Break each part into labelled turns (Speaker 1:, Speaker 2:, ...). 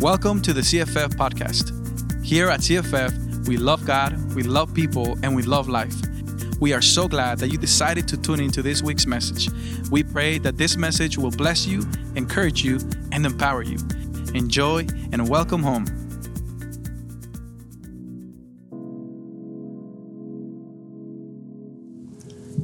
Speaker 1: Welcome to the CFF podcast. Here at CFF, we love God, we love people, and we love life. We are so glad that you decided to tune into this week's message. We pray that this message will bless you, encourage you, and empower you. Enjoy and welcome home.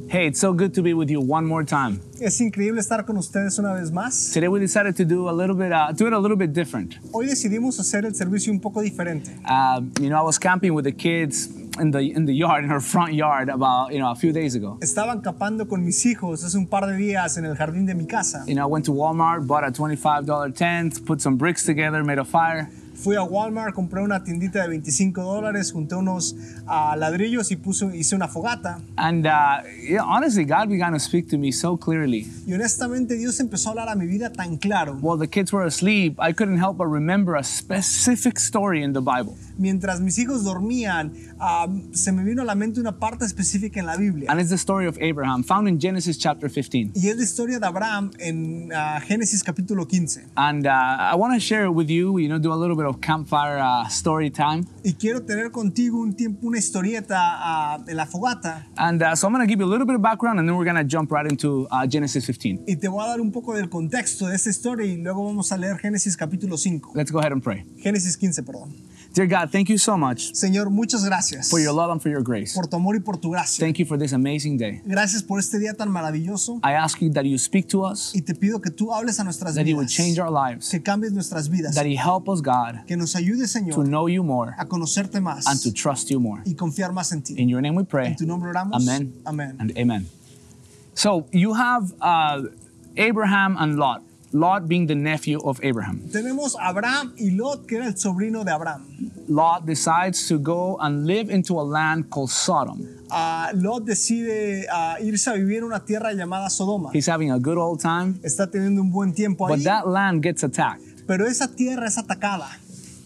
Speaker 2: Hey, it's so good to be with you one more time.
Speaker 3: Es increíble estar con ustedes una vez más.
Speaker 2: Today we decided to do a little bit, uh, do it a little bit different.
Speaker 3: Hoy decidimos hacer el servicio un poco diferente.
Speaker 2: Uh, you know, I was camping with the kids in the in the yard, in our front yard, about you know a few days ago.
Speaker 3: Estaba acampando con mis hijos hace un par de días en el jardín de mi casa.
Speaker 2: You know, I went to Walmart, bought a twenty-five dollar tent, put some bricks together, made a fire.
Speaker 3: Fui a Walmart, compré una tiendita de 25 dólares, junté unos ah, ladrillos y puse, hice una fogata.
Speaker 2: And uh, yeah, honestly, God began to speak to me so clearly.
Speaker 3: Y honestamente Dios empezó a hablar a mi vida tan claro.
Speaker 2: While the kids were asleep, I couldn't help but remember a specific story in the Bible.
Speaker 3: Mientras mis hijos dormían, ah, se me vino a la mente una parte específica en la Biblia.
Speaker 2: And it's the story of Abraham, found in Genesis chapter 15.
Speaker 3: Y es la historia de Abraham en ah, Génesis capítulo 15.
Speaker 2: And uh, I want to share it with you, you know, do a little bit of campfire uh, story time.
Speaker 3: Y quiero tener contigo un tiempo, una historieta ah, en la fogata.
Speaker 2: And uh, so I'm going to give you a little bit of background and then we're going to jump right into uh, Genesis 15.
Speaker 3: Y te voy a dar un poco del contexto de esta historia y luego vamos a leer Génesis capítulo 5.
Speaker 2: Let's go ahead and pray.
Speaker 3: Génesis 15, perdón.
Speaker 2: Dear God, thank you so much
Speaker 3: Señor, muchas gracias
Speaker 2: for your love and for your grace.
Speaker 3: por tu amor y por tu gracia.
Speaker 2: Thank you for this amazing day.
Speaker 3: Gracias por este día tan maravilloso
Speaker 2: I ask you that you speak to us,
Speaker 3: y te pido que tú hables a nuestras
Speaker 2: that you would
Speaker 3: vidas,
Speaker 2: change our lives,
Speaker 3: que cambies nuestras vidas,
Speaker 2: that you help us, God,
Speaker 3: que nos ayudes,
Speaker 2: to
Speaker 3: Señor,
Speaker 2: know you more
Speaker 3: a conocerte más
Speaker 2: and to trust you more.
Speaker 3: y confiar más en ti.
Speaker 2: In your name we pray.
Speaker 3: en tu nombre oramos.
Speaker 2: Amen.
Speaker 3: Amén.
Speaker 2: And amen. So you have uh, Abraham and Lot, Lot being the nephew of Abraham.
Speaker 3: Tenemos a Abraham y Lot, que era el sobrino de Abraham.
Speaker 2: Lot decides to go and live into a land called Sodom.
Speaker 3: Ah, Lot decide ah, irse a vivir a una tierra llamada Sodoma.
Speaker 2: He's having a good old time,
Speaker 3: Está teniendo un buen tiempo
Speaker 2: but
Speaker 3: ahí,
Speaker 2: that land gets attacked.
Speaker 3: pero esa tierra es atacada.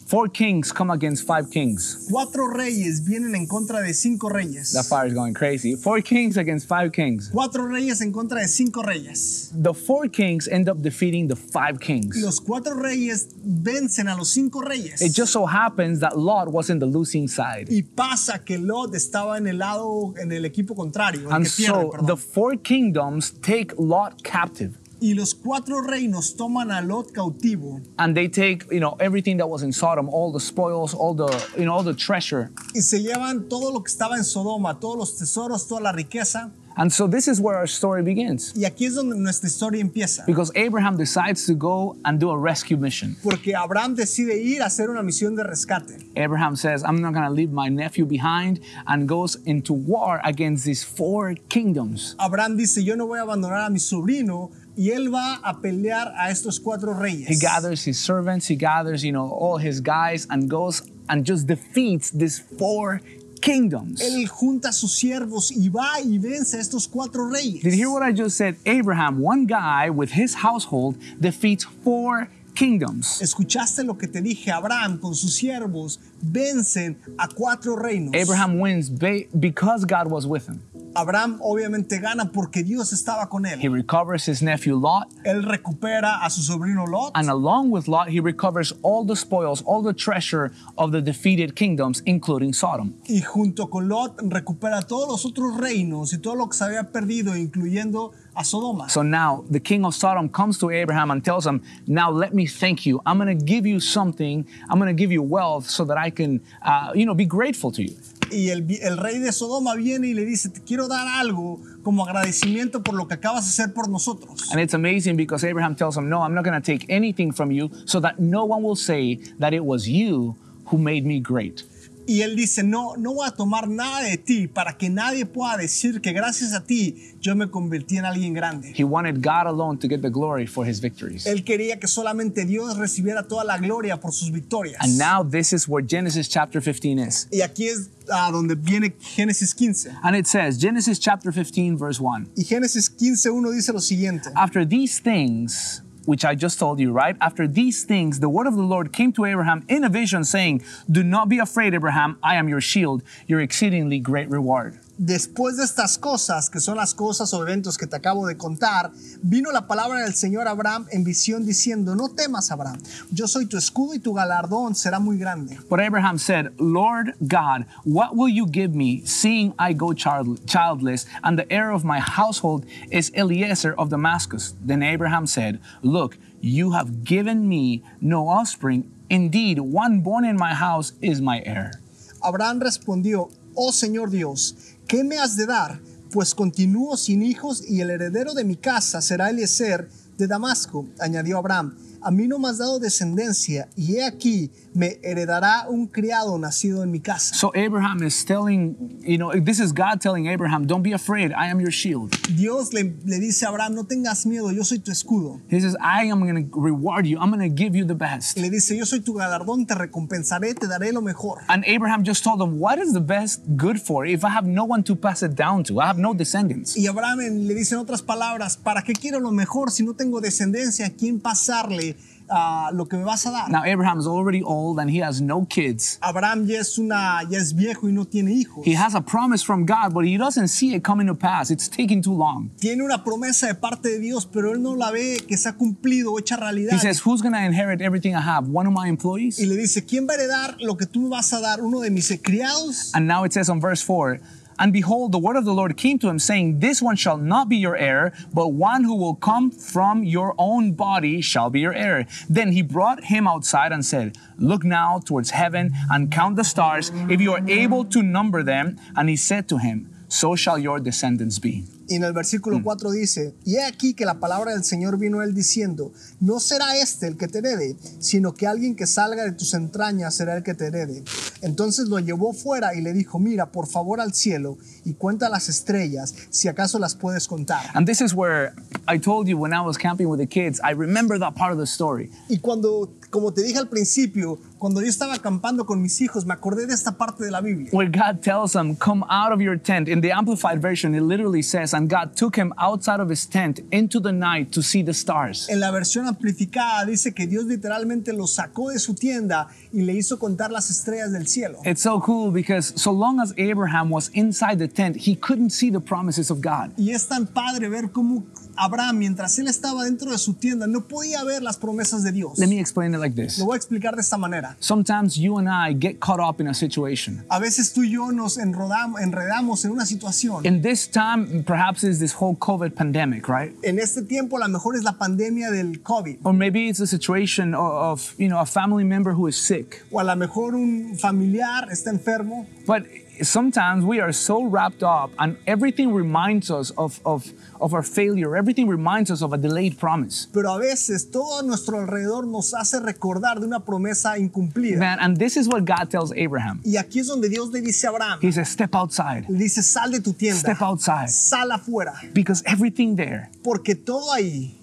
Speaker 2: Four kings come against five kings.
Speaker 3: Cuatro reyes vienen en contra de cinco reyes.
Speaker 2: That fire is going crazy. Four kings against five kings.
Speaker 3: Cuatro reyes en contra de cinco reyes.
Speaker 2: The four kings end up defeating the five kings.
Speaker 3: Los cuatro reyes vencen a los cinco reyes.
Speaker 2: It just so happens that Lot was in the losing side.
Speaker 3: y pasa que Lot estaba en el lado, en el equipo contrario, el
Speaker 2: And
Speaker 3: que pierde,
Speaker 2: so
Speaker 3: perdón.
Speaker 2: the four kingdoms take Lot captive
Speaker 3: y los cuatro reinos toman a Lot cautivo
Speaker 2: and they take, you know, everything that was in Sodom, all the spoils, all the, you know, all the treasure.
Speaker 3: y se llevan todo lo que estaba en Sodoma, todos los tesoros, toda la riqueza.
Speaker 2: And so this is where our story begins
Speaker 3: Y aquí es donde nuestra historia empieza.
Speaker 2: because Abraham decides to go and do a rescue mission.
Speaker 3: Porque Abraham decide ir a hacer una misión de rescate.
Speaker 2: Abraham says, I'm not going to leave my nephew behind and goes into war against these four kingdoms.
Speaker 3: Abraham dice, yo no voy a abandonar a mi sobrino y él va a pelear a estos cuatro reyes.
Speaker 2: He gathers his servants, he gathers, you know, all his guys and goes and just defeats these four kingdoms.
Speaker 3: Él junta a sus siervos y va y vence a estos cuatro reyes.
Speaker 2: Did you hear what I just said? Abraham, one guy with his household, defeats four kingdoms.
Speaker 3: ¿Escuchaste lo que te dije? Abraham con sus siervos vencen a cuatro reinos.
Speaker 2: Abraham wins ba- because God was with him.
Speaker 3: Abraham obviamente gana porque Dios estaba con
Speaker 2: He
Speaker 3: él.
Speaker 2: recovers his nephew Lot,
Speaker 3: Él recupera a su sobrino Lot
Speaker 2: and along with Lot, he recovers all the spoils, all the treasure of the defeated kingdoms, including Sodom.
Speaker 3: y junto con Lot recupera todos los otros reinos y todo lo que se había perdido, incluyendo a Sodoma.
Speaker 2: So now the king of Sodom comes to Abraham and tells him, Now let me thank you. I'm going to give you something. I'm going to give you wealth so that I can, uh, you know, be grateful to you.
Speaker 3: Y el, vi- el rey de Sodoma viene y le dice, te quiero dar algo como agradecimiento por lo que acabas de hacer por nosotros.
Speaker 2: And it's amazing because Abraham tells him, No, I'm not going to take anything from you so that no one will say that it was you who made me great.
Speaker 3: Y él dice, no, no voy a tomar nada de ti para que nadie pueda decir que gracias a ti yo me convertí en alguien grande.
Speaker 2: He wanted God alone to get the glory for his victories.
Speaker 3: Él quería que solamente Dios recibiera toda la gloria por sus victorias.
Speaker 2: And now this is where Genesis chapter 15 is.
Speaker 3: y aquí es a donde viene Génesis 15.
Speaker 2: And it says, Genesis chapter 15, verse 1.
Speaker 3: Y Génesis 15.1 dice lo siguiente.
Speaker 2: After these things, which I just told you, right? After these things, the word of the Lord came to Abraham in a vision, saying, Do not be afraid, Abraham. I am your shield, your exceedingly great reward.
Speaker 3: después de estas cosas, que son las cosas o eventos que te acabo de contar, vino la palabra del Señor Abraham en visión diciendo, no temas Abraham, yo soy tu escudo y tu galardón será muy grande.
Speaker 2: But Abraham said, Lord God, what will you give me, seeing I go child- childless, and the heir of my household is Eliezer of Damascus? Then Abraham said, Look, you have given me no offspring. Indeed, one born in my house is my heir.
Speaker 3: Abraham respondió, oh Señor Dios, ¿qué me has de dar? Pues continúo sin hijos y el heredero de mi casa será Eliezer de Damasco, añadió Abraham. A mí no me has dado descendencia y he aquí me heredará un criado nacido en mi casa.
Speaker 2: So Abraham is telling, you know, this is God telling Abraham, don't be afraid, I am your shield.
Speaker 3: Dios le, le dice a Abraham, no tengas miedo, yo soy tu escudo.
Speaker 2: He says, I am going to reward you, I'm going to give you the best.
Speaker 3: Y le dice, yo soy tu galardón, te recompensaré, te daré lo mejor.
Speaker 2: And Abraham just told him, What is the best good for if I have no one to pass it down to? I have no descendants.
Speaker 3: Y Abraham en- le dice en otras palabras, ¿para qué quiero lo mejor si no tengo descendencia? ¿A quién pasarle ah, lo que me vas a dar?
Speaker 2: Now, Abraham's already old and he has no kids.
Speaker 3: Abraham ya es, una, ya es viejo y no tiene hijos.
Speaker 2: He has a promise from God, but he doesn't see it coming to pass. It's taking too long.
Speaker 3: tiene una promesa de parte de Dios, pero él no la ve que se ha cumplido o hecha
Speaker 2: He
Speaker 3: realidad.
Speaker 2: says, Who's going to inherit everything I have? One of my
Speaker 3: y
Speaker 2: employees?
Speaker 3: le dice, ¿quién va a heredar lo que tú me vas a dar? ¿Uno de mis criados?
Speaker 2: And now it says on verse 4 And behold, the word of the Lord came to him, saying, This one shall not be your heir, but one who will come from your own body shall be your heir. Then he brought him outside and said, Look now towards heaven and count the stars, if you are able to number them. And he said to him, So shall your descendants be.
Speaker 3: Y en el versículo 4 dice, y he aquí que la palabra del Señor vino a él diciendo, no será este el que te herede, sino que alguien que salga de tus entrañas será el que te herede. Entonces lo llevó fuera y le dijo, mira, por favor al cielo y cuenta las estrellas, si acaso las puedes contar.
Speaker 2: And this is where I told you when I was camping with the kids, I remember that part of the story.
Speaker 3: Y cuando, como te dije al principio, cuando yo estaba acampando con mis hijos, me acordé de esta parte de la Biblia.
Speaker 2: where God tells him, Come out of your tent. In the Amplified Version, it literally says, And God took him outside of his tent into the night to see the stars.
Speaker 3: En la versión amplificada dice que Dios literalmente lo sacó de su tienda y le hizo contar las estrellas del cielo.
Speaker 2: It's so cool because so long as Abraham was inside the tent, he couldn't see the promises of God.
Speaker 3: Y es tan padre ver cómo Abraham, mientras él estaba dentro de su tienda, no podía ver las promesas de Dios.
Speaker 2: Let me explain it like this.
Speaker 3: Lo voy a explicar de esta manera.
Speaker 2: Sometimes you and I get caught up in a situation.
Speaker 3: A veces tú y yo nos enrodam- enredamos en una situación.
Speaker 2: In this time, perhaps is this whole COVID pandemic, right?
Speaker 3: En este tiempo, a lo mejor es la pandemia del COVID,
Speaker 2: Or maybe it's a situation o- of, you know, a family member who is sick.
Speaker 3: o a lo mejor un familiar está enfermo.
Speaker 2: But sometimes we are so wrapped up, and everything reminds us of, of, of our failure. Everything reminds us of a delayed promise.
Speaker 3: Pero a veces todo a nuestro alrededor nos hace recordar de una promesa incumplida.
Speaker 2: Man, and this is what God tells Abraham.
Speaker 3: Y aquí es donde Dios le dice a Abraham,
Speaker 2: He says, Step outside,
Speaker 3: le dice, sal de tu tienda,
Speaker 2: step outside,
Speaker 3: sal afuera,
Speaker 2: because everything there
Speaker 3: porque todo ahí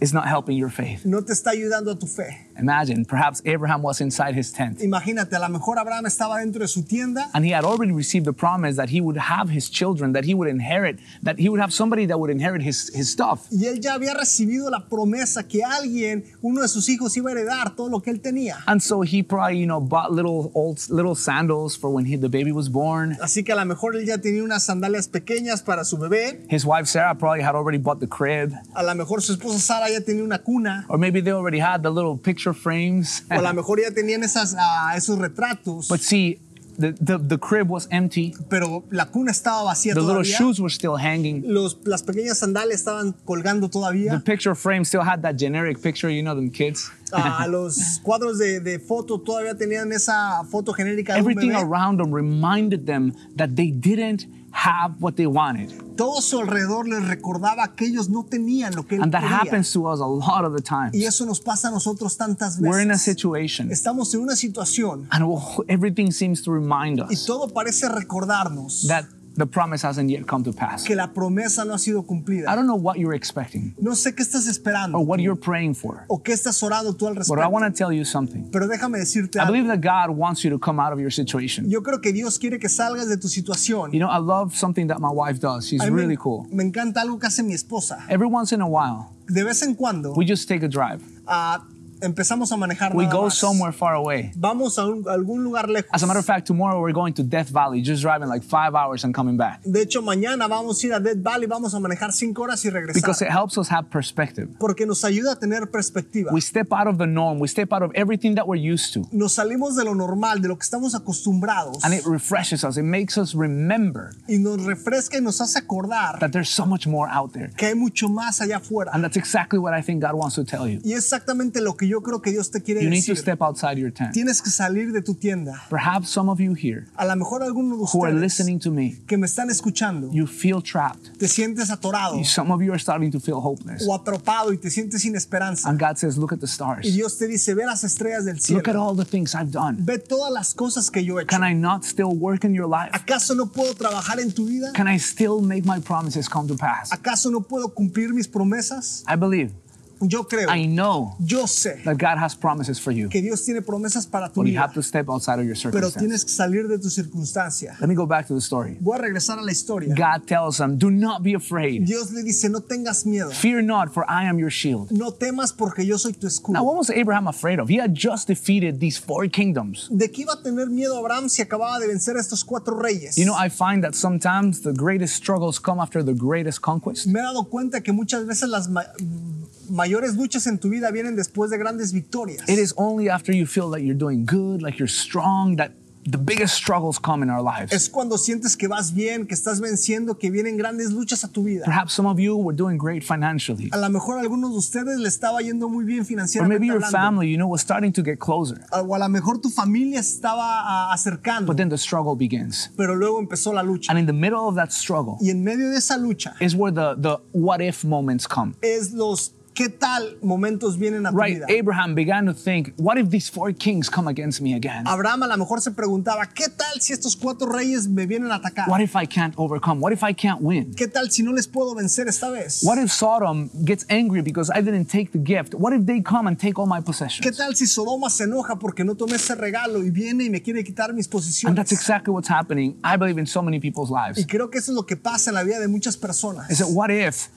Speaker 2: is not helping your faith.
Speaker 3: no te está ayudando a tu fe.
Speaker 2: Imagine, perhaps Abraham was inside his tent,
Speaker 3: Imagínate, a lo mejor Abraham estaba dentro de su tienda
Speaker 2: and he had already received the promise that he would have his children, that he would inherit, that he would have somebody that would inherit his, his stuff.
Speaker 3: y él ya había recibido la promesa que alguien, uno de sus hijos, iba a heredar todo lo que él tenía.
Speaker 2: And so he probably, you know, bought little old little sandals for when he, the baby was born.
Speaker 3: Así que a lo mejor él ya tenía unas sandalias pequeñas para su bebé,
Speaker 2: His wife Sarah probably had already bought the crib,
Speaker 3: a lo mejor su esposa Sara ya tenía una cuna,
Speaker 2: or maybe they already had the little picture frames.
Speaker 3: o a lo mejor ya tenían esas, ah, esos retratos,
Speaker 2: but see, the, the, the crib was empty,
Speaker 3: pero la cuna estaba vacía
Speaker 2: the little
Speaker 3: todavía.
Speaker 2: shoes were still hanging,
Speaker 3: Los, las pequeñas sandalias estaban colgando
Speaker 2: the
Speaker 3: todavía.
Speaker 2: picture frame still had that generic picture, you know, them kids.
Speaker 3: Ah, los cuadros de, de foto todavía tenían esa foto genérica de un
Speaker 2: Everything
Speaker 3: bebé.
Speaker 2: around them reminded them that they didn't have what they wanted.
Speaker 3: Todo su alrededor les recordaba que ellos no tenían lo que él
Speaker 2: And that
Speaker 3: quería.
Speaker 2: happens to us a lot of the time.
Speaker 3: Y eso nos pasa a nosotros tantas
Speaker 2: We're in a
Speaker 3: veces.
Speaker 2: situation,
Speaker 3: Estamos en una situación
Speaker 2: and oh, everything seems to remind
Speaker 3: y
Speaker 2: us
Speaker 3: todo parece recordarnos
Speaker 2: that the promise hasn't yet come to pass.
Speaker 3: que la promesa no ha sido
Speaker 2: I
Speaker 3: cumplida.
Speaker 2: don't know what you're expecting
Speaker 3: No sé qué estás esperando
Speaker 2: or what you're praying for.
Speaker 3: o qué estás orando tú al
Speaker 2: But I
Speaker 3: respecto.
Speaker 2: want to tell you something.
Speaker 3: Pero déjame decirte
Speaker 2: I
Speaker 3: algo.
Speaker 2: believe that God wants you to come out of your situation.
Speaker 3: Yo creo que Dios quiere que salgas de tu situación.
Speaker 2: You know, I love something that my wife does.
Speaker 3: A
Speaker 2: She's
Speaker 3: mí me-
Speaker 2: really cool.
Speaker 3: me encanta algo que hace mi esposa.
Speaker 2: Every once in a while,
Speaker 3: De vez en cuando
Speaker 2: we just take a drive.
Speaker 3: Ah, empezamos a manejar
Speaker 2: We
Speaker 3: nada
Speaker 2: go
Speaker 3: más.
Speaker 2: somewhere far away.
Speaker 3: Vamos a, un- algún lugar lejos.
Speaker 2: As a matter of fact, tomorrow we're going to Death Valley, just driving like five hours and coming back
Speaker 3: de hecho, mañana vamos a ir a Dead Valley, vamos a manejar cinco horas y regresar.
Speaker 2: because it helps us have perspective.
Speaker 3: porque nos ayuda a tener perspectiva.
Speaker 2: We step out of the norm, we step out of everything that we're used to,
Speaker 3: nos salimos de lo normal, de lo que estamos acostumbrados.
Speaker 2: and it refreshes us. It makes us remember
Speaker 3: y nos refresca y nos hace acordar
Speaker 2: that there's so much more out there.
Speaker 3: que hay mucho más allá afuera.
Speaker 2: And that's exactly what I think God wants to tell you.
Speaker 3: y es exactamente lo que yo creo que Dios te quiere
Speaker 2: You need to
Speaker 3: decir.
Speaker 2: step outside your tent.
Speaker 3: Tienes que salir de tu tienda.
Speaker 2: Perhaps some of you here
Speaker 3: A lo mejor algunos de
Speaker 2: who are
Speaker 3: ustedes
Speaker 2: listening to me,
Speaker 3: que me están escuchando,
Speaker 2: you feel trapped.
Speaker 3: te sientes atorado
Speaker 2: Some of you are starting to feel hopeless.
Speaker 3: o atrapado y te sientes sin esperanza.
Speaker 2: And God says, Look at the
Speaker 3: Y
Speaker 2: stars.
Speaker 3: Dios te dice, ve las estrellas del
Speaker 2: Look at
Speaker 3: cielo.
Speaker 2: all the things I've done.
Speaker 3: Ve todas las cosas que yo he hecho.
Speaker 2: Can I not still work in your life?
Speaker 3: ¿Acaso no puedo trabajar en tu vida?
Speaker 2: Can I still make my promises come to pass?
Speaker 3: ¿Acaso no puedo cumplir mis promesas?
Speaker 2: I believe,
Speaker 3: Yo creo,
Speaker 2: I know
Speaker 3: yo sé
Speaker 2: that God has promises for you,
Speaker 3: que Dios tiene promesas para tu
Speaker 2: but you
Speaker 3: vida,
Speaker 2: have to step outside of your
Speaker 3: pero
Speaker 2: circumstance.
Speaker 3: tienes que salir de tu circunstancia.
Speaker 2: Let me go back to the story.
Speaker 3: Voy a regresar a la historia.
Speaker 2: God tells them, Do not be afraid.
Speaker 3: Dios le dice, no tengas miedo,
Speaker 2: Fear not, for I am your shield.
Speaker 3: no temas porque yo soy tu escudo.
Speaker 2: Now, what was Abraham afraid of? He had just defeated these four kingdoms.
Speaker 3: ¿De qué iba a tener miedo Abraham si acababa de vencer a estos cuatro reyes?
Speaker 2: You know, I find that sometimes the greatest struggles come after the greatest conquest.
Speaker 3: Me he dado cuenta que muchas veces las ma- mm, mayores luchas en tu vida vienen después de grandes victorias.
Speaker 2: It is only after you feel that you're doing good, like you're strong, that the biggest struggles come in our lives.
Speaker 3: Es cuando sientes que vas bien, que estás venciendo, que vienen grandes luchas a tu vida.
Speaker 2: Perhaps some of you were doing great financially,
Speaker 3: A lo mejor a algunos de ustedes le estaba yendo muy bien
Speaker 2: or maybe
Speaker 3: financieramente
Speaker 2: your
Speaker 3: hablando.
Speaker 2: family, you know, was starting to get closer.
Speaker 3: O a lo mejor tu familia estaba a- acercando,
Speaker 2: But then the struggle begins.
Speaker 3: pero luego empezó la lucha.
Speaker 2: And in the middle of that struggle
Speaker 3: Y en medio de esa lucha
Speaker 2: is where the, the what if moments come.
Speaker 3: es los qué tal momentos vienen a tu
Speaker 2: Right?
Speaker 3: vida.
Speaker 2: Abraham began to think, what if these four kings come against me again?
Speaker 3: Abraham a lo mejor se preguntaba, ¿qué tal si estos cuatro reyes me vienen a atacar?
Speaker 2: What if I can't overcome? What if I can't win?
Speaker 3: ¿Qué tal si no les puedo vencer esta vez?
Speaker 2: What if Sodom gets angry because I didn't take the gift? What if they come and take all my
Speaker 3: ¿Qué
Speaker 2: possessions?
Speaker 3: tal si Sodoma se enoja porque no tomé ese regalo y viene y me quiere quitar
Speaker 2: And
Speaker 3: mis
Speaker 2: that's
Speaker 3: posiciones?
Speaker 2: exactly what's happening, I believe, in so many people's lives.
Speaker 3: Y creo que eso es lo que pasa en la vida de muchas personas.
Speaker 2: Is that what if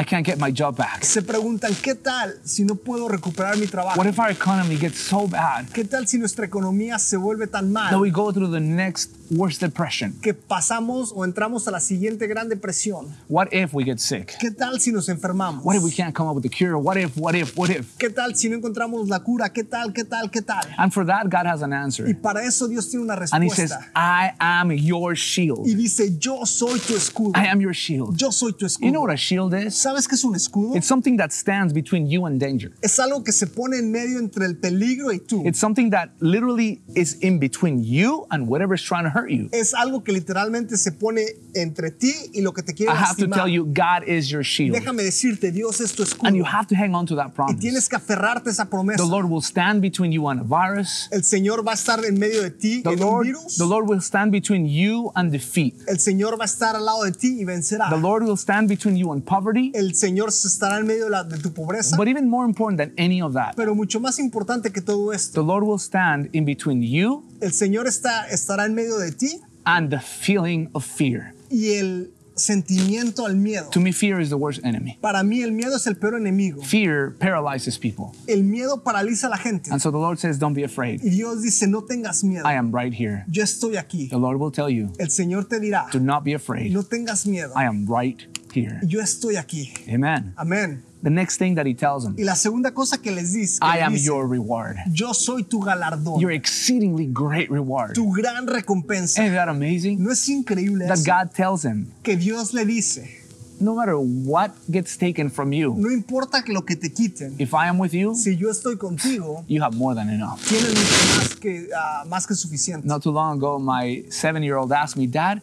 Speaker 2: I can't get my job back?
Speaker 3: Se preguntan, ¿qué tal si no puedo recuperar mi trabajo?
Speaker 2: What if our economy gets so bad
Speaker 3: ¿Qué tal si nuestra economía se vuelve tan
Speaker 2: that
Speaker 3: mal
Speaker 2: we go through the next worst depression?
Speaker 3: que pasamos o entramos a la siguiente gran depresión?
Speaker 2: What if we get sick?
Speaker 3: ¿Qué tal si nos enfermamos?
Speaker 2: What if we can't come up with a cure? What if, what if, what if?
Speaker 3: ¿Qué tal si no encontramos la cura? ¿Qué tal, qué tal, qué tal?
Speaker 2: And for that, God has an
Speaker 3: Y
Speaker 2: answer.
Speaker 3: para eso Dios tiene una
Speaker 2: And He says,
Speaker 3: respuesta.
Speaker 2: I am your shield.
Speaker 3: Y dice, yo soy tu escudo.
Speaker 2: I am your shield.
Speaker 3: Yo soy tu
Speaker 2: You know
Speaker 3: escudo.
Speaker 2: what a shield is?
Speaker 3: ¿Sabes qué es un escudo?
Speaker 2: It's something that stands between you and danger.
Speaker 3: Es algo que se pone en medio entre el peligro y tú.
Speaker 2: It's something that literally is in between you and whatever's trying to hurt you.
Speaker 3: Es algo que literalmente se pone entre ti y lo que te quiere
Speaker 2: I have to
Speaker 3: lastimar.
Speaker 2: tell you, God is your shield.
Speaker 3: Déjame decirte, Dios es tu escudo.
Speaker 2: And you have to hang on to that
Speaker 3: y
Speaker 2: promise.
Speaker 3: tienes que aferrarte a esa promesa.
Speaker 2: The Lord will stand between you and a virus.
Speaker 3: El Señor va a estar en medio de ti
Speaker 2: The
Speaker 3: en un
Speaker 2: Lord,
Speaker 3: virus.
Speaker 2: the Lord will stand between you and defeat.
Speaker 3: el Señor va a estar al lado de ti y vencerá.
Speaker 2: The Lord will stand between you and poverty.
Speaker 3: el Señor se estará en medio de, la- de tu pobreza.
Speaker 2: But even more important than any of that,
Speaker 3: pero mucho más importante que todo esto,
Speaker 2: the Lord will stand in between you
Speaker 3: el Señor está, estará en medio de ti
Speaker 2: and the feeling of fear.
Speaker 3: y el sentimiento al miedo.
Speaker 2: To me, fear is the worst enemy.
Speaker 3: Para mí el miedo es el peor enemigo.
Speaker 2: Fear paralyzes people.
Speaker 3: El miedo paraliza a la gente.
Speaker 2: And so the Lord says, Don't be afraid.
Speaker 3: Y Dios dice, no tengas miedo.
Speaker 2: I am right here.
Speaker 3: Yo estoy aquí.
Speaker 2: The Lord will tell you,
Speaker 3: El Señor te dirá,
Speaker 2: do not be afraid.
Speaker 3: no tengas miedo.
Speaker 2: I am right here.
Speaker 3: Yo estoy aquí.
Speaker 2: Amen.
Speaker 3: Amén.
Speaker 2: The next thing that he tells them,
Speaker 3: Y la segunda cosa que les dice, que
Speaker 2: I
Speaker 3: le
Speaker 2: am
Speaker 3: dice,
Speaker 2: your reward.
Speaker 3: yo soy tu galardón,
Speaker 2: Your exceedingly great reward.
Speaker 3: tu gran recompensa.
Speaker 2: Isn't that amazing?
Speaker 3: ¿No es increíble
Speaker 2: That
Speaker 3: eso?
Speaker 2: God tells him,
Speaker 3: que Dios le dice,
Speaker 2: no matter what gets taken from you,
Speaker 3: no importa que lo que te quiten,
Speaker 2: if I am with you,
Speaker 3: si yo estoy contigo,
Speaker 2: you have more than enough.
Speaker 3: tienes mucho más que, ah, más que suficiente.
Speaker 2: Not too long ago, my seven year old asked me, Dad,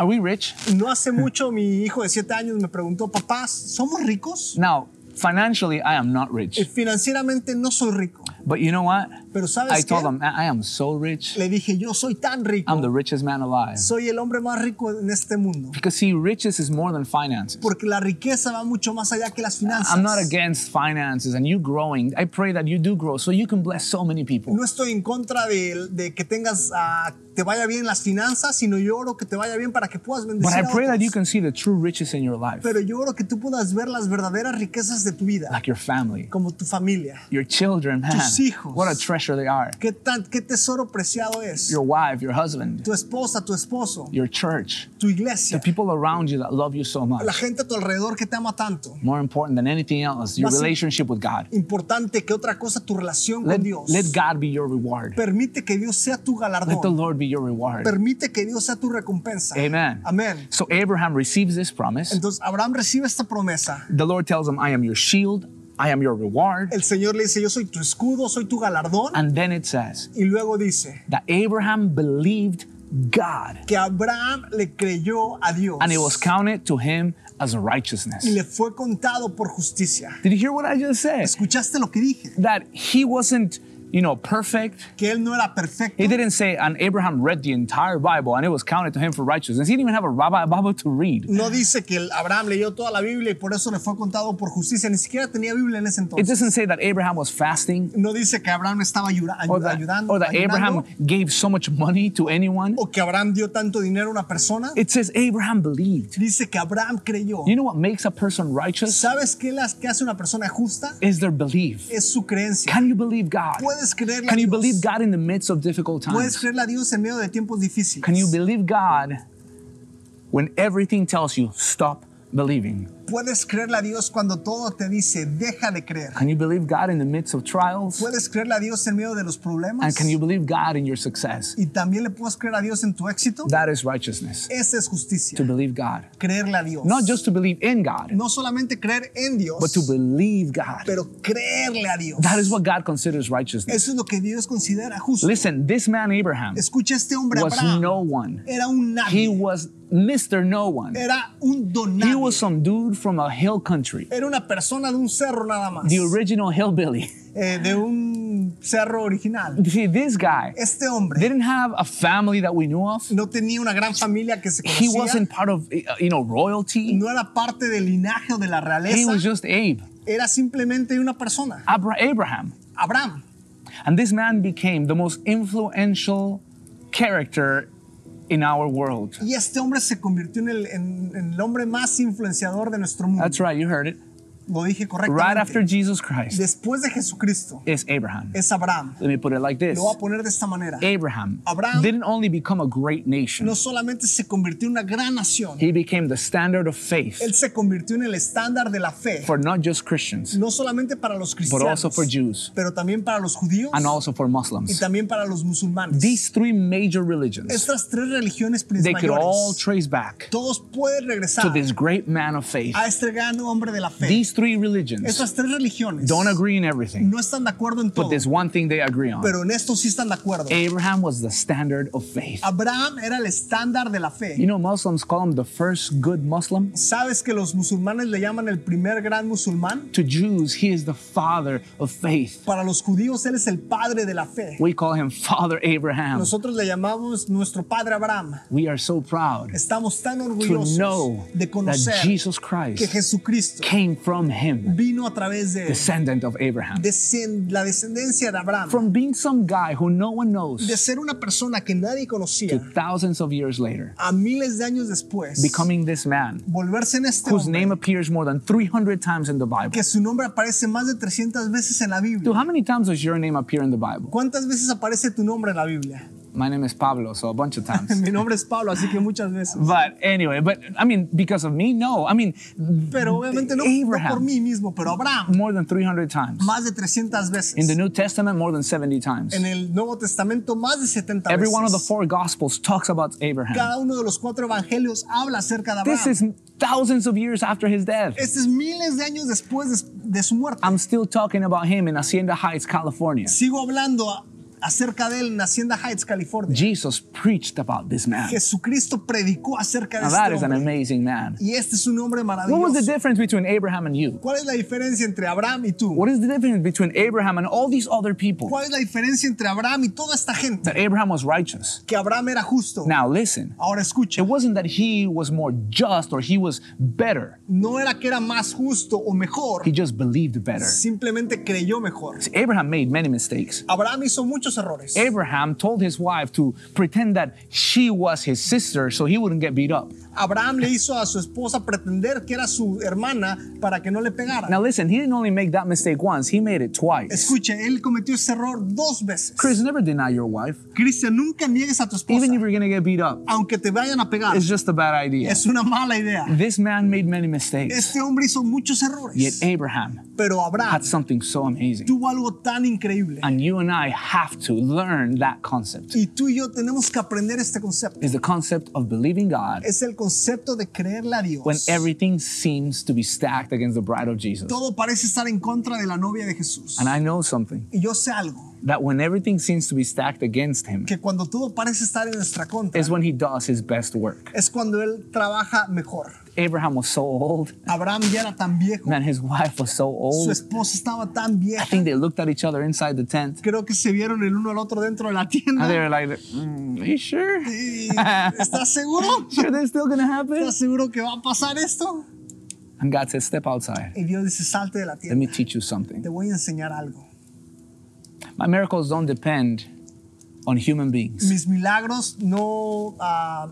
Speaker 2: are we rich?
Speaker 3: No hace mucho mi hijo de 7 años me preguntó, papá, ¿somos ricos?
Speaker 2: Now, financially, I am not rich.
Speaker 3: Eh, Financieramente no soy rico,
Speaker 2: But you know what?
Speaker 3: Pero
Speaker 2: I
Speaker 3: ¿sabes qué?
Speaker 2: told him, "Man, I am so rich.
Speaker 3: Le dije, yo soy tan rico.
Speaker 2: I'm the richest man alive.
Speaker 3: Soy el hombre más rico en este mundo.
Speaker 2: Because see, riches is more than finances.
Speaker 3: Porque la riqueza va mucho más allá que las finanzas.
Speaker 2: I'm not against finances and you growing. I pray that you do grow so you can bless so many people.
Speaker 3: No estoy en contra de, de que tengas, ah, te vaya bien las finanzas, sino yo oro que te vaya bien para que puedas
Speaker 2: But
Speaker 3: bendecir
Speaker 2: I
Speaker 3: a
Speaker 2: pray that you
Speaker 3: otros.
Speaker 2: can see the true riches in your life,
Speaker 3: Pero yo oro que tú puedas ver las verdaderas riquezas de tu vida,
Speaker 2: like your family,
Speaker 3: como tu familia.
Speaker 2: your children, man.
Speaker 3: Tus hijos.
Speaker 2: What a treasure they are.
Speaker 3: ¿Qué, tan, qué tesoro preciado es?
Speaker 2: Your wife, your husband,
Speaker 3: tu esposa, tu esposo,
Speaker 2: your church,
Speaker 3: tu
Speaker 2: the
Speaker 3: iglesia,
Speaker 2: people around you that love you so much.
Speaker 3: la gente a tu alrededor que te ama tanto.
Speaker 2: More important than anything else, your
Speaker 3: Basi-
Speaker 2: relationship with God.
Speaker 3: Importante que otra cosa, tu relación
Speaker 2: Let,
Speaker 3: con Dios.
Speaker 2: let God be your reward.
Speaker 3: Permite que Dios sea tu
Speaker 2: Let the
Speaker 3: galardón.
Speaker 2: Lord be your reward.
Speaker 3: Permite que Dios sea tu recompensa.
Speaker 2: Amen.
Speaker 3: Amén.
Speaker 2: So Abraham receives this promise.
Speaker 3: Entonces Abraham recibe esta promesa.
Speaker 2: The Lord tells him, I am your shield, I am your reward.
Speaker 3: El Señor le dice, yo soy tu escudo, soy tu galardón.
Speaker 2: And then it says
Speaker 3: Y luego dice
Speaker 2: that Abraham believed God
Speaker 3: que Abraham le creyó a Dios.
Speaker 2: and it was counted to him as righteousness.
Speaker 3: y le fue contado por justicia.
Speaker 2: Did you hear what I just said?
Speaker 3: ¿Escuchaste lo que dije?
Speaker 2: That he wasn't, you know, perfect.
Speaker 3: Que él no era perfecto.
Speaker 2: He didn't say, and Abraham read the entire Bible and it was counted to him for righteousness. He didn't even have a rabbi Bible to read.
Speaker 3: No dice que el Abraham leyó toda la Biblia y por eso le fue contado por justicia. Ni siquiera tenía Biblia en ese
Speaker 2: It
Speaker 3: entonces.
Speaker 2: doesn't say that Abraham was fasting
Speaker 3: No dice que Abraham estaba ayuda-
Speaker 2: or
Speaker 3: ayuda-
Speaker 2: that,
Speaker 3: ayudando. Oh.
Speaker 2: or that
Speaker 3: ayunando,
Speaker 2: Abraham gave so much money to anyone.
Speaker 3: o que Abraham dio tanto dinero a una persona.
Speaker 2: It says Abraham believed.
Speaker 3: Dice que Abraham creyó.
Speaker 2: You know what makes a person righteous?
Speaker 3: ¿Sabes qué las que hace una persona justa?
Speaker 2: Is their belief.
Speaker 3: Es su creencia.
Speaker 2: Can you believe God?
Speaker 3: Puedes creerle a
Speaker 2: Can you
Speaker 3: Dios.
Speaker 2: believe God in the midst of difficult
Speaker 3: Puedes
Speaker 2: times?
Speaker 3: creerle a Dios en medio de tiempos difíciles.
Speaker 2: Can you believe God when everything tells you stop believing?
Speaker 3: Puedes creerle a Dios cuando todo te dice deja de creer.
Speaker 2: Can you believe God in the midst of trials?
Speaker 3: Puedes creerle a Dios en medio de los problemas.
Speaker 2: And can you believe God in your success?
Speaker 3: y también le puedes creer a Dios en tu éxito.
Speaker 2: That is righteousness,
Speaker 3: Esa es justicia.
Speaker 2: to believe God.
Speaker 3: creerle a Dios.
Speaker 2: Not just to believe in God,
Speaker 3: no solamente creer en Dios,
Speaker 2: but to believe God.
Speaker 3: pero creerle a Dios.
Speaker 2: That is what God considers righteousness.
Speaker 3: Eso es lo que Dios considera justo.
Speaker 2: Listen, this man Abraham
Speaker 3: Escucha este hombre
Speaker 2: was
Speaker 3: Abraham.
Speaker 2: no one.
Speaker 3: era un
Speaker 2: He
Speaker 3: nadie.
Speaker 2: was Mr. No One.
Speaker 3: Era un
Speaker 2: He
Speaker 3: donado.
Speaker 2: was some dude from a hill country,
Speaker 3: Era una persona de un cerro nada más.
Speaker 2: the original hillbilly.
Speaker 3: Eh, de un cerro original.
Speaker 2: You See, this guy
Speaker 3: Este hombre
Speaker 2: didn't have a family that we knew of.
Speaker 3: no tenía una gran familia que se
Speaker 2: He
Speaker 3: conocía.
Speaker 2: wasn't part of, uh, you know, royalty.
Speaker 3: No era parte del linaje o de la
Speaker 2: He
Speaker 3: realeza.
Speaker 2: was just Abe,
Speaker 3: Era simplemente una persona.
Speaker 2: Abra- Abraham.
Speaker 3: Abraham.
Speaker 2: And this man became the most influential character in our world.
Speaker 3: Y este hombre se convirtió en el, en- en el hombre más influenciador de nuestro mundo.
Speaker 2: That's right, you heard it.
Speaker 3: Lo dije
Speaker 2: Right
Speaker 3: correctamente.
Speaker 2: after Jesus Christ
Speaker 3: Después de Jesucristo
Speaker 2: is Abraham.
Speaker 3: es Abraham.
Speaker 2: Let me put it like this
Speaker 3: Lo voy a poner de esta manera.
Speaker 2: Abraham
Speaker 3: Abraham-
Speaker 2: didn't only become a great nation,
Speaker 3: No solamente se convirtió en una gran nación,
Speaker 2: he became the standard of
Speaker 3: él
Speaker 2: faith
Speaker 3: se convirtió en el estándar de la fe.
Speaker 2: for not just Christians,
Speaker 3: No solamente para los
Speaker 2: but
Speaker 3: cristianos,
Speaker 2: also for Jews
Speaker 3: pero también para los judíos
Speaker 2: and also for
Speaker 3: y
Speaker 2: Muslims.
Speaker 3: también para los musulmanes.
Speaker 2: These three major religions,
Speaker 3: Estas tres religiones
Speaker 2: they could all
Speaker 3: principales
Speaker 2: trace back
Speaker 3: todos pueden
Speaker 2: to
Speaker 3: regresar
Speaker 2: this great man of faith.
Speaker 3: a este gran hombre de la fe.
Speaker 2: These three religions
Speaker 3: Estas tres religiones
Speaker 2: don't agree in everything,
Speaker 3: no están de acuerdo en
Speaker 2: but
Speaker 3: todo,
Speaker 2: there's one Eh. thing they agree on.
Speaker 3: pero en esto sí están de acuerdo.
Speaker 2: Abraham was the standard of faith.
Speaker 3: Abraham era el estándar de la fe.
Speaker 2: You know, Muslims call him the first good Muslim.
Speaker 3: ¿Sabes que los musulmanes le llaman el primer gran musulmán?
Speaker 2: To Jews, he is the father of faith.
Speaker 3: Para los judíos él es el padre de la fe.
Speaker 2: We call him Father Abraham.
Speaker 3: Nosotros le llamamos nuestro padre Abraham.
Speaker 2: We are so proud
Speaker 3: Estamos tan
Speaker 2: to
Speaker 3: orgullosos
Speaker 2: know
Speaker 3: de
Speaker 2: that
Speaker 3: conocer
Speaker 2: Jesus
Speaker 3: que
Speaker 2: Christ
Speaker 3: Jesucristo
Speaker 2: came from him,
Speaker 3: vino a través de él.
Speaker 2: descendant of Abraham.
Speaker 3: Descend- la descendencia de Abraham.
Speaker 2: From being some guy who no one
Speaker 3: De
Speaker 2: knows
Speaker 3: ser una persona que nadie
Speaker 2: to
Speaker 3: conocía
Speaker 2: thousands of years later,
Speaker 3: a miles de años después,
Speaker 2: becoming this man
Speaker 3: volverse en este
Speaker 2: whose
Speaker 3: hombre
Speaker 2: name appears more than 300 times in the Bible.
Speaker 3: que su nombre aparece más de 300 veces en la
Speaker 2: Dude,
Speaker 3: Biblia.
Speaker 2: how many times does your name appear in the Bible?
Speaker 3: ¿Cuántas veces aparece tu nombre en la Biblia?
Speaker 2: My name is Pablo, so a bunch of times.
Speaker 3: Mi nombre es Pablo, así que muchas veces.
Speaker 2: But anyway, but I mean, because of me, no. I mean,
Speaker 3: Pero obviamente no, no por
Speaker 2: Abraham
Speaker 3: mí mismo, pero Abraham
Speaker 2: more than 300 times.
Speaker 3: más de 300
Speaker 2: In the
Speaker 3: veces.
Speaker 2: New Testament, more than 70 times.
Speaker 3: En el Nuevo Testamento más de 70
Speaker 2: Every
Speaker 3: veces.
Speaker 2: one of the four Gospels talks about Abraham.
Speaker 3: Cada uno de los cuatro evangelios habla acerca de
Speaker 2: This
Speaker 3: Abraham.
Speaker 2: is thousands of years after his death.
Speaker 3: Este es miles de años después de, de su muerte.
Speaker 2: I'm still talking about him in Hacienda Heights, California.
Speaker 3: Sigo hablando a- acerca de él en Hacienda Heights, California.
Speaker 2: Jesus preached about this man.
Speaker 3: Jesucristo predicó acerca de
Speaker 2: Now that
Speaker 3: este
Speaker 2: is an
Speaker 3: hombre.
Speaker 2: amazing man.
Speaker 3: Y este es un hombre
Speaker 2: What was the
Speaker 3: maravilloso.
Speaker 2: difference between Abraham and you?
Speaker 3: ¿Cuál es la diferencia entre Abraham y tú?
Speaker 2: What is the difference between Abraham and all these other people?
Speaker 3: ¿Cuál es la diferencia entre Abraham y toda esta gente?
Speaker 2: That Abraham was righteous.
Speaker 3: Que Abraham era justo.
Speaker 2: Now listen,
Speaker 3: Ahora
Speaker 2: it
Speaker 3: escucha,
Speaker 2: wasn't that he was more just or he was better.
Speaker 3: no era que era más justo o mejor,
Speaker 2: He just believed better.
Speaker 3: simplemente creyó mejor.
Speaker 2: See, Abraham made many mistakes.
Speaker 3: Abraham hizo muchos errores.
Speaker 2: Abraham told his wife to pretend that she was his sister so he wouldn't get beat up.
Speaker 3: Abraham le hizo a su esposa pretender que era su hermana para que no le pegara.
Speaker 2: Now listen, he didn't only make that mistake once, he made it twice.
Speaker 3: Escuche, él cometió ese error dos veces.
Speaker 2: Chris, never deny your wife.
Speaker 3: Cristian, nunca niegues a tu esposa,
Speaker 2: Even if you're gonna get beat up,
Speaker 3: aunque te vayan a pegar.
Speaker 2: it's just a bad idea.
Speaker 3: Es una mala idea.
Speaker 2: This man made many mistakes,
Speaker 3: Este hombre hizo muchos
Speaker 2: yet
Speaker 3: errores,
Speaker 2: Abraham
Speaker 3: pero Abraham
Speaker 2: had something so amazing.
Speaker 3: tuvo algo tan increíble.
Speaker 2: And you and I have to learn that concept.
Speaker 3: Y tú y yo tenemos que aprender este concepto.
Speaker 2: It's the concept of believing God
Speaker 3: Es el concepto de creerle a Dios.
Speaker 2: when everything seems to be stacked against the bride of Jesus.
Speaker 3: Todo parece estar en contra de la novia de Jesús.
Speaker 2: And I know something
Speaker 3: Y yo sé algo,
Speaker 2: that when everything seems to be stacked against him,
Speaker 3: que cuando todo parece estar en nuestra contra,
Speaker 2: is when he does his best work.
Speaker 3: es cuando Él trabaja mejor.
Speaker 2: Abraham was so old.
Speaker 3: Abraham ya era tan viejo,
Speaker 2: Man, his wife was so
Speaker 3: su
Speaker 2: old.
Speaker 3: esposa estaba
Speaker 2: I
Speaker 3: tan vieja.
Speaker 2: think they looked at each other inside the tent.
Speaker 3: Creo que se vieron el uno al otro dentro de la
Speaker 2: And they
Speaker 3: tienda.
Speaker 2: were like, "Mm, Are you sure?
Speaker 3: Y, ¿Estás seguro?
Speaker 2: Sure, that's still gonna happen?
Speaker 3: ¿Estás seguro que va a pasar esto?
Speaker 2: And God said, Step outside.
Speaker 3: Y Dios dice, salte de la
Speaker 2: Let me
Speaker 3: tienda.
Speaker 2: teach you something.
Speaker 3: Te voy a enseñar algo.
Speaker 2: My miracles don't depend on human beings,
Speaker 3: Mis milagros no, ah,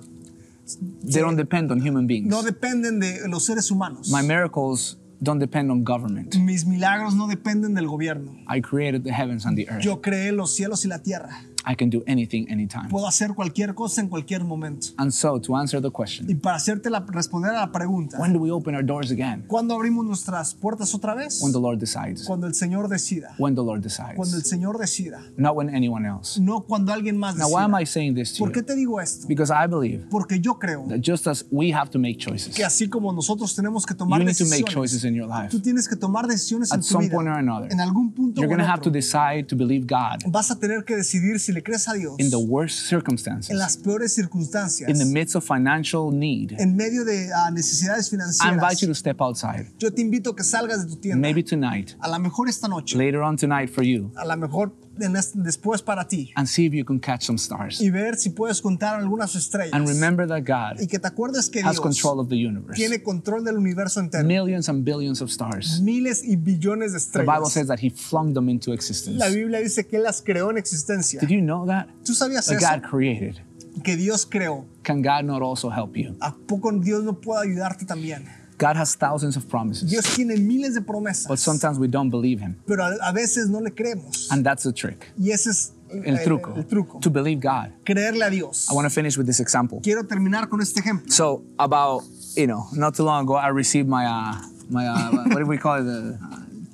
Speaker 2: they don't depend on human beings.
Speaker 3: no dependen de los seres humanos.
Speaker 2: My miracles don't depend on government.
Speaker 3: Mis milagros no dependen del gobierno.
Speaker 2: I created the heavens and the earth.
Speaker 3: Yo creé los cielos y la tierra.
Speaker 2: I can do anything, anytime.
Speaker 3: Puedo hacer cualquier cosa en cualquier momento.
Speaker 2: And so, to answer the
Speaker 3: Y
Speaker 2: question,
Speaker 3: para hacerte la, responder a la pregunta,
Speaker 2: when do we open our doors again?
Speaker 3: ¿cuándo abrimos nuestras puertas otra vez?
Speaker 2: When the Lord decides.
Speaker 3: Cuando el Señor decida.
Speaker 2: When the Lord
Speaker 3: Cuando
Speaker 2: decides.
Speaker 3: el Señor decida.
Speaker 2: not when anyone else.
Speaker 3: No cuando alguien más
Speaker 2: Now, why am
Speaker 3: decida.
Speaker 2: I saying this to
Speaker 3: ¿Por qué
Speaker 2: you?
Speaker 3: te digo esto?
Speaker 2: Because I believe
Speaker 3: Porque yo creo
Speaker 2: that just as we have to make choices,
Speaker 3: que así como nosotros tenemos que
Speaker 2: you
Speaker 3: tomar
Speaker 2: need to make
Speaker 3: decisiones,
Speaker 2: choices in your life.
Speaker 3: tú tienes que tomar decisiones en
Speaker 2: At
Speaker 3: tu
Speaker 2: some
Speaker 3: vida.
Speaker 2: point or another,
Speaker 3: en algún punto
Speaker 2: You're
Speaker 3: o en
Speaker 2: going to have to
Speaker 3: otro,
Speaker 2: decide to believe God
Speaker 3: vas a tener que decidir si le crees a Dios
Speaker 2: in the worst
Speaker 3: en
Speaker 2: circumstances,
Speaker 3: las peores circunstancias,
Speaker 2: in the midst of financial need.
Speaker 3: en medio de ah, necesidades
Speaker 2: I
Speaker 3: financieras.
Speaker 2: invite you to step outside.
Speaker 3: Yo te invito a que salgas de tu tienda.
Speaker 2: Maybe tonight,
Speaker 3: a lo mejor esta noche,
Speaker 2: later on tonight for you,
Speaker 3: a lo mejor en este- después para ti.
Speaker 2: and see if you can catch some stars.
Speaker 3: Y ver si puedes contar algunas estrellas.
Speaker 2: And remember that God
Speaker 3: y que te acuerdes que
Speaker 2: has
Speaker 3: Dios
Speaker 2: control of the universe,
Speaker 3: tiene control del universo entero.
Speaker 2: millions and billions of stars.
Speaker 3: Miles y billones de
Speaker 2: The Bible
Speaker 3: estrellas.
Speaker 2: says that He flung them into existence.
Speaker 3: La Biblia dice que Él las creó en existencia.
Speaker 2: Did you know that?
Speaker 3: ¿Tú sabías
Speaker 2: That
Speaker 3: eso?
Speaker 2: God created.
Speaker 3: Que Dios creó.
Speaker 2: Can God not also help you?
Speaker 3: ¿A poco Dios no puede ayudarte también?
Speaker 2: God has thousands of promises,
Speaker 3: Dios tiene miles de promesas.
Speaker 2: but sometimes we don't believe Him.
Speaker 3: pero a, a veces no le creemos.
Speaker 2: And that's the trick,
Speaker 3: y ese es
Speaker 2: el truco,
Speaker 3: el truco.
Speaker 2: to believe God.
Speaker 3: Creerle a Dios.
Speaker 2: I want to finish with this example.
Speaker 3: Quiero terminar con este ejemplo.
Speaker 2: So, about, you know, not too long ago, I received my, uh, my uh, what do we call it? The,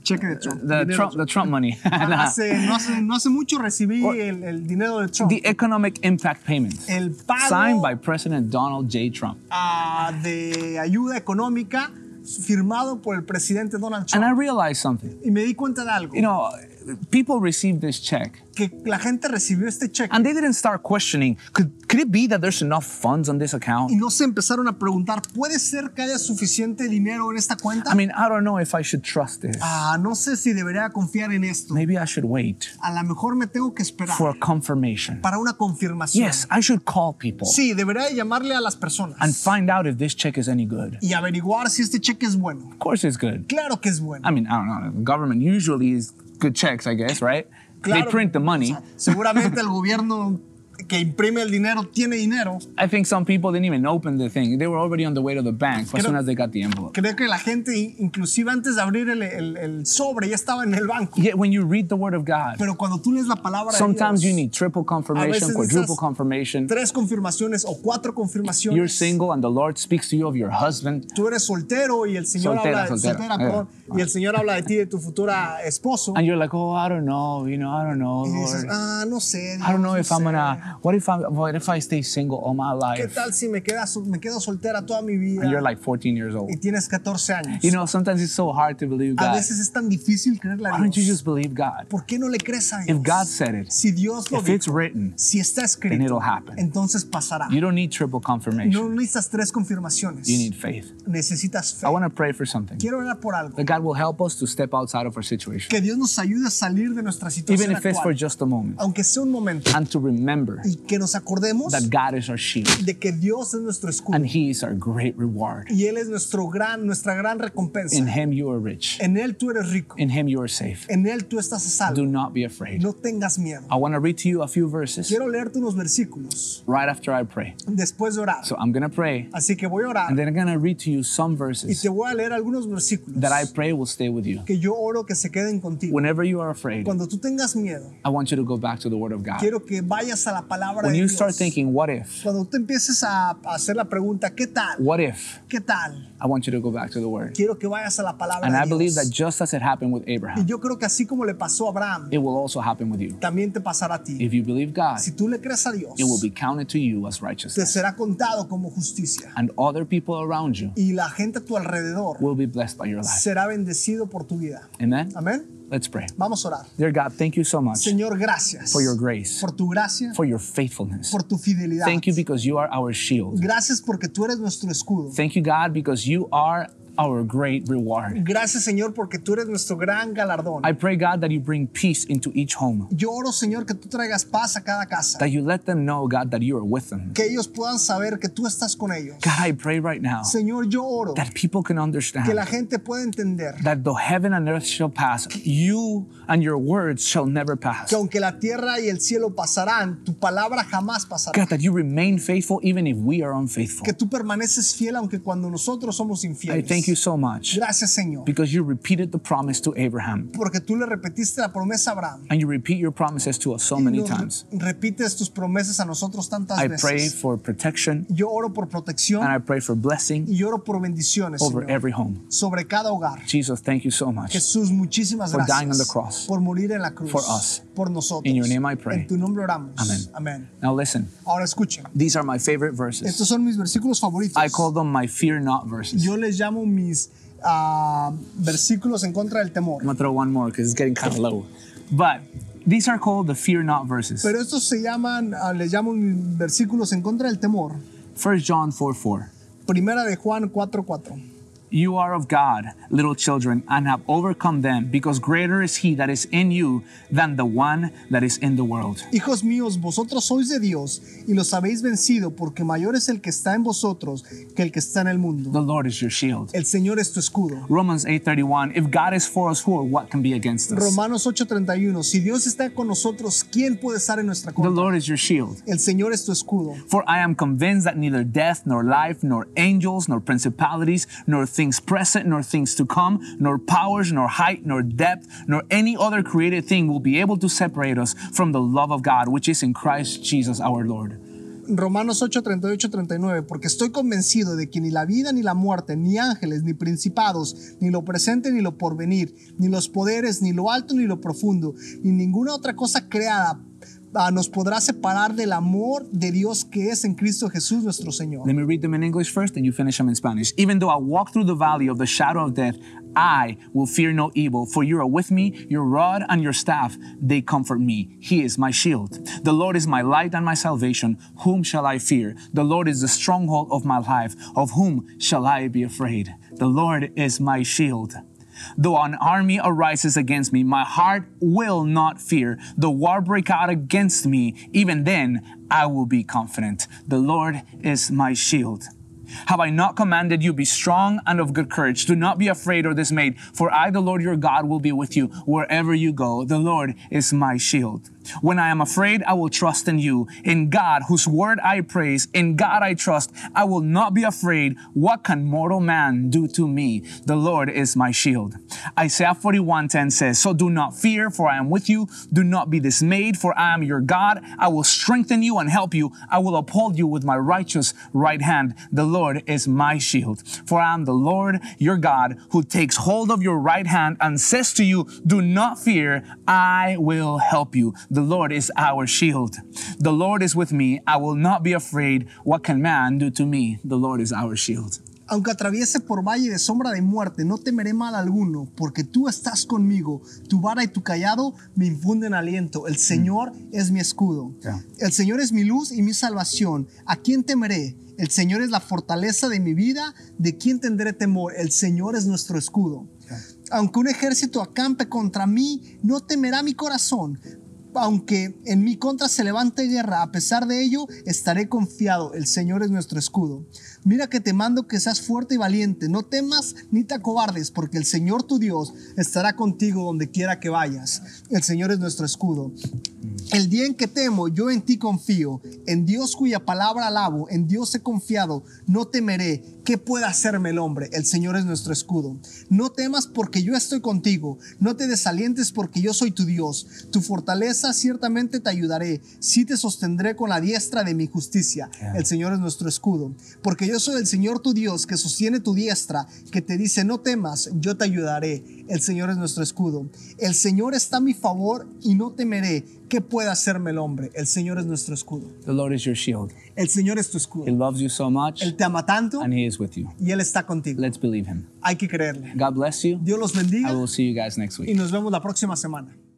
Speaker 3: Cheque de Trump.
Speaker 2: the,
Speaker 3: Dinero
Speaker 2: Trump,
Speaker 3: de
Speaker 2: the Trump money.
Speaker 3: Ah,
Speaker 2: Nah.
Speaker 3: hace- no, hace, no hace mucho recibí el, el dinero de Trump.
Speaker 2: the economic impact payment
Speaker 3: el pago
Speaker 2: signed by President Donald J. Trump.
Speaker 3: ah, de ayuda económica firmado por el presidente Donald
Speaker 2: And
Speaker 3: Trump.
Speaker 2: I realized something.
Speaker 3: y me di cuenta de algo,
Speaker 2: You know, people received this check
Speaker 3: que la gente recibió este cheque
Speaker 2: and they didn't start questioning could, could it be that there's enough funds on this account?
Speaker 3: y no se empezaron a preguntar, ¿puede ser que haya suficiente dinero en esta cuenta?
Speaker 2: I mean, I don't know if I should trust this.
Speaker 3: Ah, no sé si debería confiar en esto.
Speaker 2: Maybe I should wait
Speaker 3: A lo mejor me tengo que esperar
Speaker 2: for confirmation.
Speaker 3: para una confirmación.
Speaker 2: Yes, I should call people
Speaker 3: Sí, debería de llamarle a las personas
Speaker 2: and find out if this check is any good.
Speaker 3: y averiguar si este cheque es bueno.
Speaker 2: Of course, it's good.
Speaker 3: Claro que es bueno.
Speaker 2: I mean, I don't know. The government usually is good checks, I guess, right? They
Speaker 3: Claro.
Speaker 2: print the money.
Speaker 3: O sea, seguramente el gobierno que imprime el dinero tiene dinero.
Speaker 2: I think some people didn't even open the thing. They were already on the way to the bank as
Speaker 3: Creo-
Speaker 2: soon as they got the envelope.
Speaker 3: Creo que la gente, i- inclusive antes de abrir el, el- el sobre, ya estaba en el banco.
Speaker 2: Yet, when you read the Word of God,
Speaker 3: Pero cuando tú lees la palabra, de
Speaker 2: sometimes
Speaker 3: Dios,
Speaker 2: you need triple confirmation,
Speaker 3: veces
Speaker 2: quadruple
Speaker 3: necesitas
Speaker 2: confirmation.
Speaker 3: tres confirmaciones o cuatro confirmaciones.
Speaker 2: You're single, and the Lord speaks to you of your husband.
Speaker 3: Tú eres soltero y el Señor
Speaker 2: Soltera,
Speaker 3: habla de,
Speaker 2: soltera.
Speaker 3: soltera, perdón,
Speaker 2: Ah.
Speaker 3: y el Señor habla de ti, de tu futura esposo.
Speaker 2: And you're like, oh, I don't know, you know, I don't know,
Speaker 3: Y dices,
Speaker 2: Lord.
Speaker 3: ah, no sé.
Speaker 2: I don't
Speaker 3: Dios,
Speaker 2: know if I'm
Speaker 3: sé.
Speaker 2: gonna what if I what if I stay single all my
Speaker 3: ¿Qué
Speaker 2: life?
Speaker 3: tal si me, quedas, me quedo soltera toda mi
Speaker 2: And you're
Speaker 3: vida
Speaker 2: like 14 years old.
Speaker 3: y tienes 14 años?
Speaker 2: You know, sometimes it's so hard to believe
Speaker 3: a
Speaker 2: God.
Speaker 3: veces es tan difícil creerle
Speaker 2: Why
Speaker 3: a
Speaker 2: don't you
Speaker 3: Dios.
Speaker 2: just believe God?
Speaker 3: ¿Por qué no le crees a
Speaker 2: If God
Speaker 3: Dios?
Speaker 2: said it,
Speaker 3: Si Dios lo
Speaker 2: if it's
Speaker 3: dijo,
Speaker 2: written,
Speaker 3: si está
Speaker 2: then
Speaker 3: escrito,
Speaker 2: it'll happen.
Speaker 3: entonces pasará.
Speaker 2: You don't need triple
Speaker 3: No
Speaker 2: confirmation.
Speaker 3: necesitas tres confirmaciones.
Speaker 2: You need faith.
Speaker 3: Necesitas fe.
Speaker 2: I want to pray for something.
Speaker 3: Quiero orar por algo.
Speaker 2: That God will help us to step outside of our situation.
Speaker 3: Que Dios nos ayude a salir de nuestra
Speaker 2: Even
Speaker 3: situación
Speaker 2: if it's for
Speaker 3: actual,
Speaker 2: just a moment.
Speaker 3: aunque sea un momento,
Speaker 2: And to remember
Speaker 3: y que nos acordemos
Speaker 2: that God is our shield
Speaker 3: de que Dios es nuestro escudo
Speaker 2: and He is our great reward.
Speaker 3: y Él es nuestro gran, nuestra gran recompensa.
Speaker 2: In Him you are rich.
Speaker 3: En Él tú eres rico,
Speaker 2: In Him you are safe.
Speaker 3: en Él tú estás a
Speaker 2: Do
Speaker 3: salvo.
Speaker 2: not be afraid.
Speaker 3: No tengas miedo.
Speaker 2: I want to read to you a few verses
Speaker 3: Quiero leerte unos versículos
Speaker 2: right after I pray.
Speaker 3: después de orar.
Speaker 2: So I'm going to pray
Speaker 3: Así que voy a
Speaker 2: and
Speaker 3: orar
Speaker 2: then I'm going to read to you some
Speaker 3: y
Speaker 2: verses
Speaker 3: te voy a leer algunos versículos
Speaker 2: that I pray will stay with you.
Speaker 3: que yo oro que se queden contigo.
Speaker 2: Whenever you are afraid,
Speaker 3: Cuando tú tengas miedo,
Speaker 2: I want you to go back to the Word of God.
Speaker 3: quiero que vayas a la palabra
Speaker 2: When
Speaker 3: de
Speaker 2: you
Speaker 3: Dios.
Speaker 2: start thinking, what if?
Speaker 3: Cuando tú empieces a a hacer la pregunta, ¿qué tal?
Speaker 2: What if?
Speaker 3: ¿Qué tal?
Speaker 2: I want you to go back to the Word.
Speaker 3: Quiero que vayas a la palabra
Speaker 2: And I
Speaker 3: de
Speaker 2: believe that
Speaker 3: Dios.
Speaker 2: just as it happened with
Speaker 3: Y
Speaker 2: Abraham,
Speaker 3: yo creo que así como le pasó a Abraham,
Speaker 2: it will also happen with you.
Speaker 3: también te pasará a ti.
Speaker 2: If you believe God,
Speaker 3: Si tú le crees a Dios,
Speaker 2: it will be counted to you as
Speaker 3: te
Speaker 2: righteousness.
Speaker 3: será contado como justicia.
Speaker 2: And other people around you
Speaker 3: Y la gente a tu alrededor
Speaker 2: will be blessed by your life.
Speaker 3: será bendecido por tu vida.
Speaker 2: Amen?
Speaker 3: Amén.
Speaker 2: Let's pray.
Speaker 3: Vamos a orar.
Speaker 2: Dear God, thank you so much
Speaker 3: Señor, gracias
Speaker 2: for your grace,
Speaker 3: por tu gracia,
Speaker 2: for your faithfulness.
Speaker 3: por tu fidelidad.
Speaker 2: Thank you because you are our shield.
Speaker 3: Gracias porque tú eres nuestro escudo.
Speaker 2: Thank you, God, because you are our great reward.
Speaker 3: Gracias, Señor, porque tú eres nuestro gran galardón.
Speaker 2: I pray, God, that you bring peace into each home,
Speaker 3: Yo oro, Señor, que tú traigas paz a cada casa.
Speaker 2: that you let them know, God, that you are with them.
Speaker 3: Que ellos puedan saber que tú estás con ellos.
Speaker 2: God, I pray right now
Speaker 3: Señor, yo oro
Speaker 2: that people can
Speaker 3: que la
Speaker 2: understand
Speaker 3: gente pueda entender
Speaker 2: that though heaven and earth shall pass, you and your words shall never pass.
Speaker 3: que aunque la tierra y el cielo pasarán, tu palabra jamás pasará.
Speaker 2: God, that you remain faithful even if we are unfaithful.
Speaker 3: Que tú permaneces fiel aunque cuando nosotros somos
Speaker 2: I
Speaker 3: infieles.
Speaker 2: thank you so much
Speaker 3: Gracias, Señor,
Speaker 2: because you repeated the promise to Abraham
Speaker 3: porque tú le repetiste la promesa a Abraham.
Speaker 2: and you repeat your promises to us so
Speaker 3: Y
Speaker 2: many
Speaker 3: nos
Speaker 2: times.
Speaker 3: Repites tus promesas a nosotros tantas
Speaker 2: I pray
Speaker 3: veces.
Speaker 2: for protection
Speaker 3: Yo oro por protección
Speaker 2: and I pray for blessing
Speaker 3: y yo oro por bendiciones
Speaker 2: over
Speaker 3: Señor,
Speaker 2: every home.
Speaker 3: sobre cada hogar.
Speaker 2: Jesus, thank you so much.
Speaker 3: Jesús, muchísimas
Speaker 2: For
Speaker 3: gracias
Speaker 2: dying on the cross.
Speaker 3: por morir en la cruz
Speaker 2: For us.
Speaker 3: por nosotros.
Speaker 2: In your name I pray.
Speaker 3: En tu nombre oramos.
Speaker 2: Amén.
Speaker 3: Amén.
Speaker 2: Now listen,
Speaker 3: Ahora escuchen.
Speaker 2: these are my favorite
Speaker 3: Estos
Speaker 2: verses.
Speaker 3: son mis versículos favoritos.
Speaker 2: I call them my fear not verses.
Speaker 3: Yo les llamo mis ah, versículos en contra del temor.
Speaker 2: I'm gonna throw one more because it's getting kind of low. But these are called the fear not verses.
Speaker 3: Pero estos se llaman, ah, les llamo mis versículos en contra del temor.
Speaker 2: First John 4 4.
Speaker 3: Primera de Juan 4:4.
Speaker 2: You are of God, little children, and have overcome them, because greater is he that is in you than the one that is in the world.
Speaker 3: Hijos míos, vosotros sois de Dios y los habéis vencido, porque mayor es el que está en vosotros que el que está en el mundo.
Speaker 2: The Lord is your shield.
Speaker 3: El Señor es tu escudo.
Speaker 2: Romans 8:31. If God is for us, who or what can be against us?
Speaker 3: Romanos 8:31. Si Dios está con nosotros, ¿quién puede estar en nuestra
Speaker 2: The
Speaker 3: contra?
Speaker 2: Lord is your shield.
Speaker 3: El Señor es tu escudo.
Speaker 2: For I am convinced that neither death, nor life, nor angels, nor principalities, nor things present, nor things to come, nor powers, nor height, nor depth, nor any other created thing will be able to separate us from the love of God, which is in Christ Jesus our Lord.
Speaker 3: Romanos 8, 38, 39, porque estoy convencido de que ni la vida ni la muerte, ni ángeles, ni principados, ni lo presente ni lo porvenir, ni los poderes, ni lo alto ni lo profundo, ni ninguna otra cosa creada ah, nos podrá separar del amor de Dios que es en Cristo Jesús nuestro Señor.
Speaker 2: Let me read them in English first, and you finish them in Spanish. Even though I walk through the valley of the shadow of death, I will fear no evil, for you are with me, your rod and your staff, they comfort me. He is my shield. The Lord is my light and my salvation. Whom shall I fear? The Lord is the stronghold of my life. Of whom shall I be afraid? The Lord is my shield. Though an army arises against me, my heart will not fear. Though war break out against me, even then I will be confident. The Lord is my shield. Have I not commanded you, be strong and of good courage? Do not be afraid or dismayed, for I, the Lord your God, will be with you wherever you go. The Lord is my shield. When I am afraid, I will trust in you, in God, whose word I praise. In God I trust. I will not be afraid. What can mortal man do to me? The Lord is my shield. Isaiah 41:10 says, "So do not fear, for I am with you. Do not be dismayed, for I am your God. I will strengthen you and help you. I will uphold you with my righteous right hand. The Lord Lord is my shield. For I am the Lord your God who takes hold of your right hand and says to you, Do not fear, I will help you. The Lord is our shield. The Lord is with me. I will not be afraid. What can man do to me? The Lord is our shield.
Speaker 3: Aunque atraviese por valle de sombra de muerte, no temeré mal alguno, porque tú estás conmigo. Tu vara y tu callado me infunden aliento. El Señor es mi escudo.
Speaker 2: Yeah.
Speaker 3: El Señor es mi luz y mi salvación. ¿A quién temeré? El Señor es la fortaleza de mi vida. ¿De quién tendré temor? El Señor es nuestro escudo. Aunque un ejército acampe contra mí, no temerá mi corazón. Aunque en mi contra se levante guerra, a pesar de ello, estaré confiado. El Señor es nuestro escudo. Mira que te mando que seas fuerte y valiente. No temas ni te acobardes, porque el Señor tu Dios estará contigo donde quiera que vayas. El Señor es nuestro escudo. El día en que temo, yo en ti confío, en Dios cuya palabra alabo, en Dios he confiado, no temeré, ¿qué pueda hacerme el hombre? El Señor es nuestro escudo. No temas porque yo estoy contigo, no te desalientes porque yo soy tu Dios, tu fortaleza ciertamente te ayudaré, sí te sostendré con la diestra de mi justicia, el Señor es nuestro escudo, porque yo soy el Señor tu Dios que sostiene tu diestra, que te dice, no temas, yo te ayudaré, el Señor es nuestro escudo. El Señor está a mi favor y no temeré. ¿Qué puede hacerme el hombre? El Señor es nuestro escudo.
Speaker 2: The Lord is your shield.
Speaker 3: El Señor es tu
Speaker 2: He
Speaker 3: escudo.
Speaker 2: loves you so much
Speaker 3: Él te ama tanto
Speaker 2: and He is with you.
Speaker 3: y Él está contigo.
Speaker 2: Let's believe Him.
Speaker 3: Hay que creerle.
Speaker 2: God bless you.
Speaker 3: Dios los
Speaker 2: I
Speaker 3: bendiga
Speaker 2: will see you guys next week.
Speaker 3: y nos vemos la próxima semana.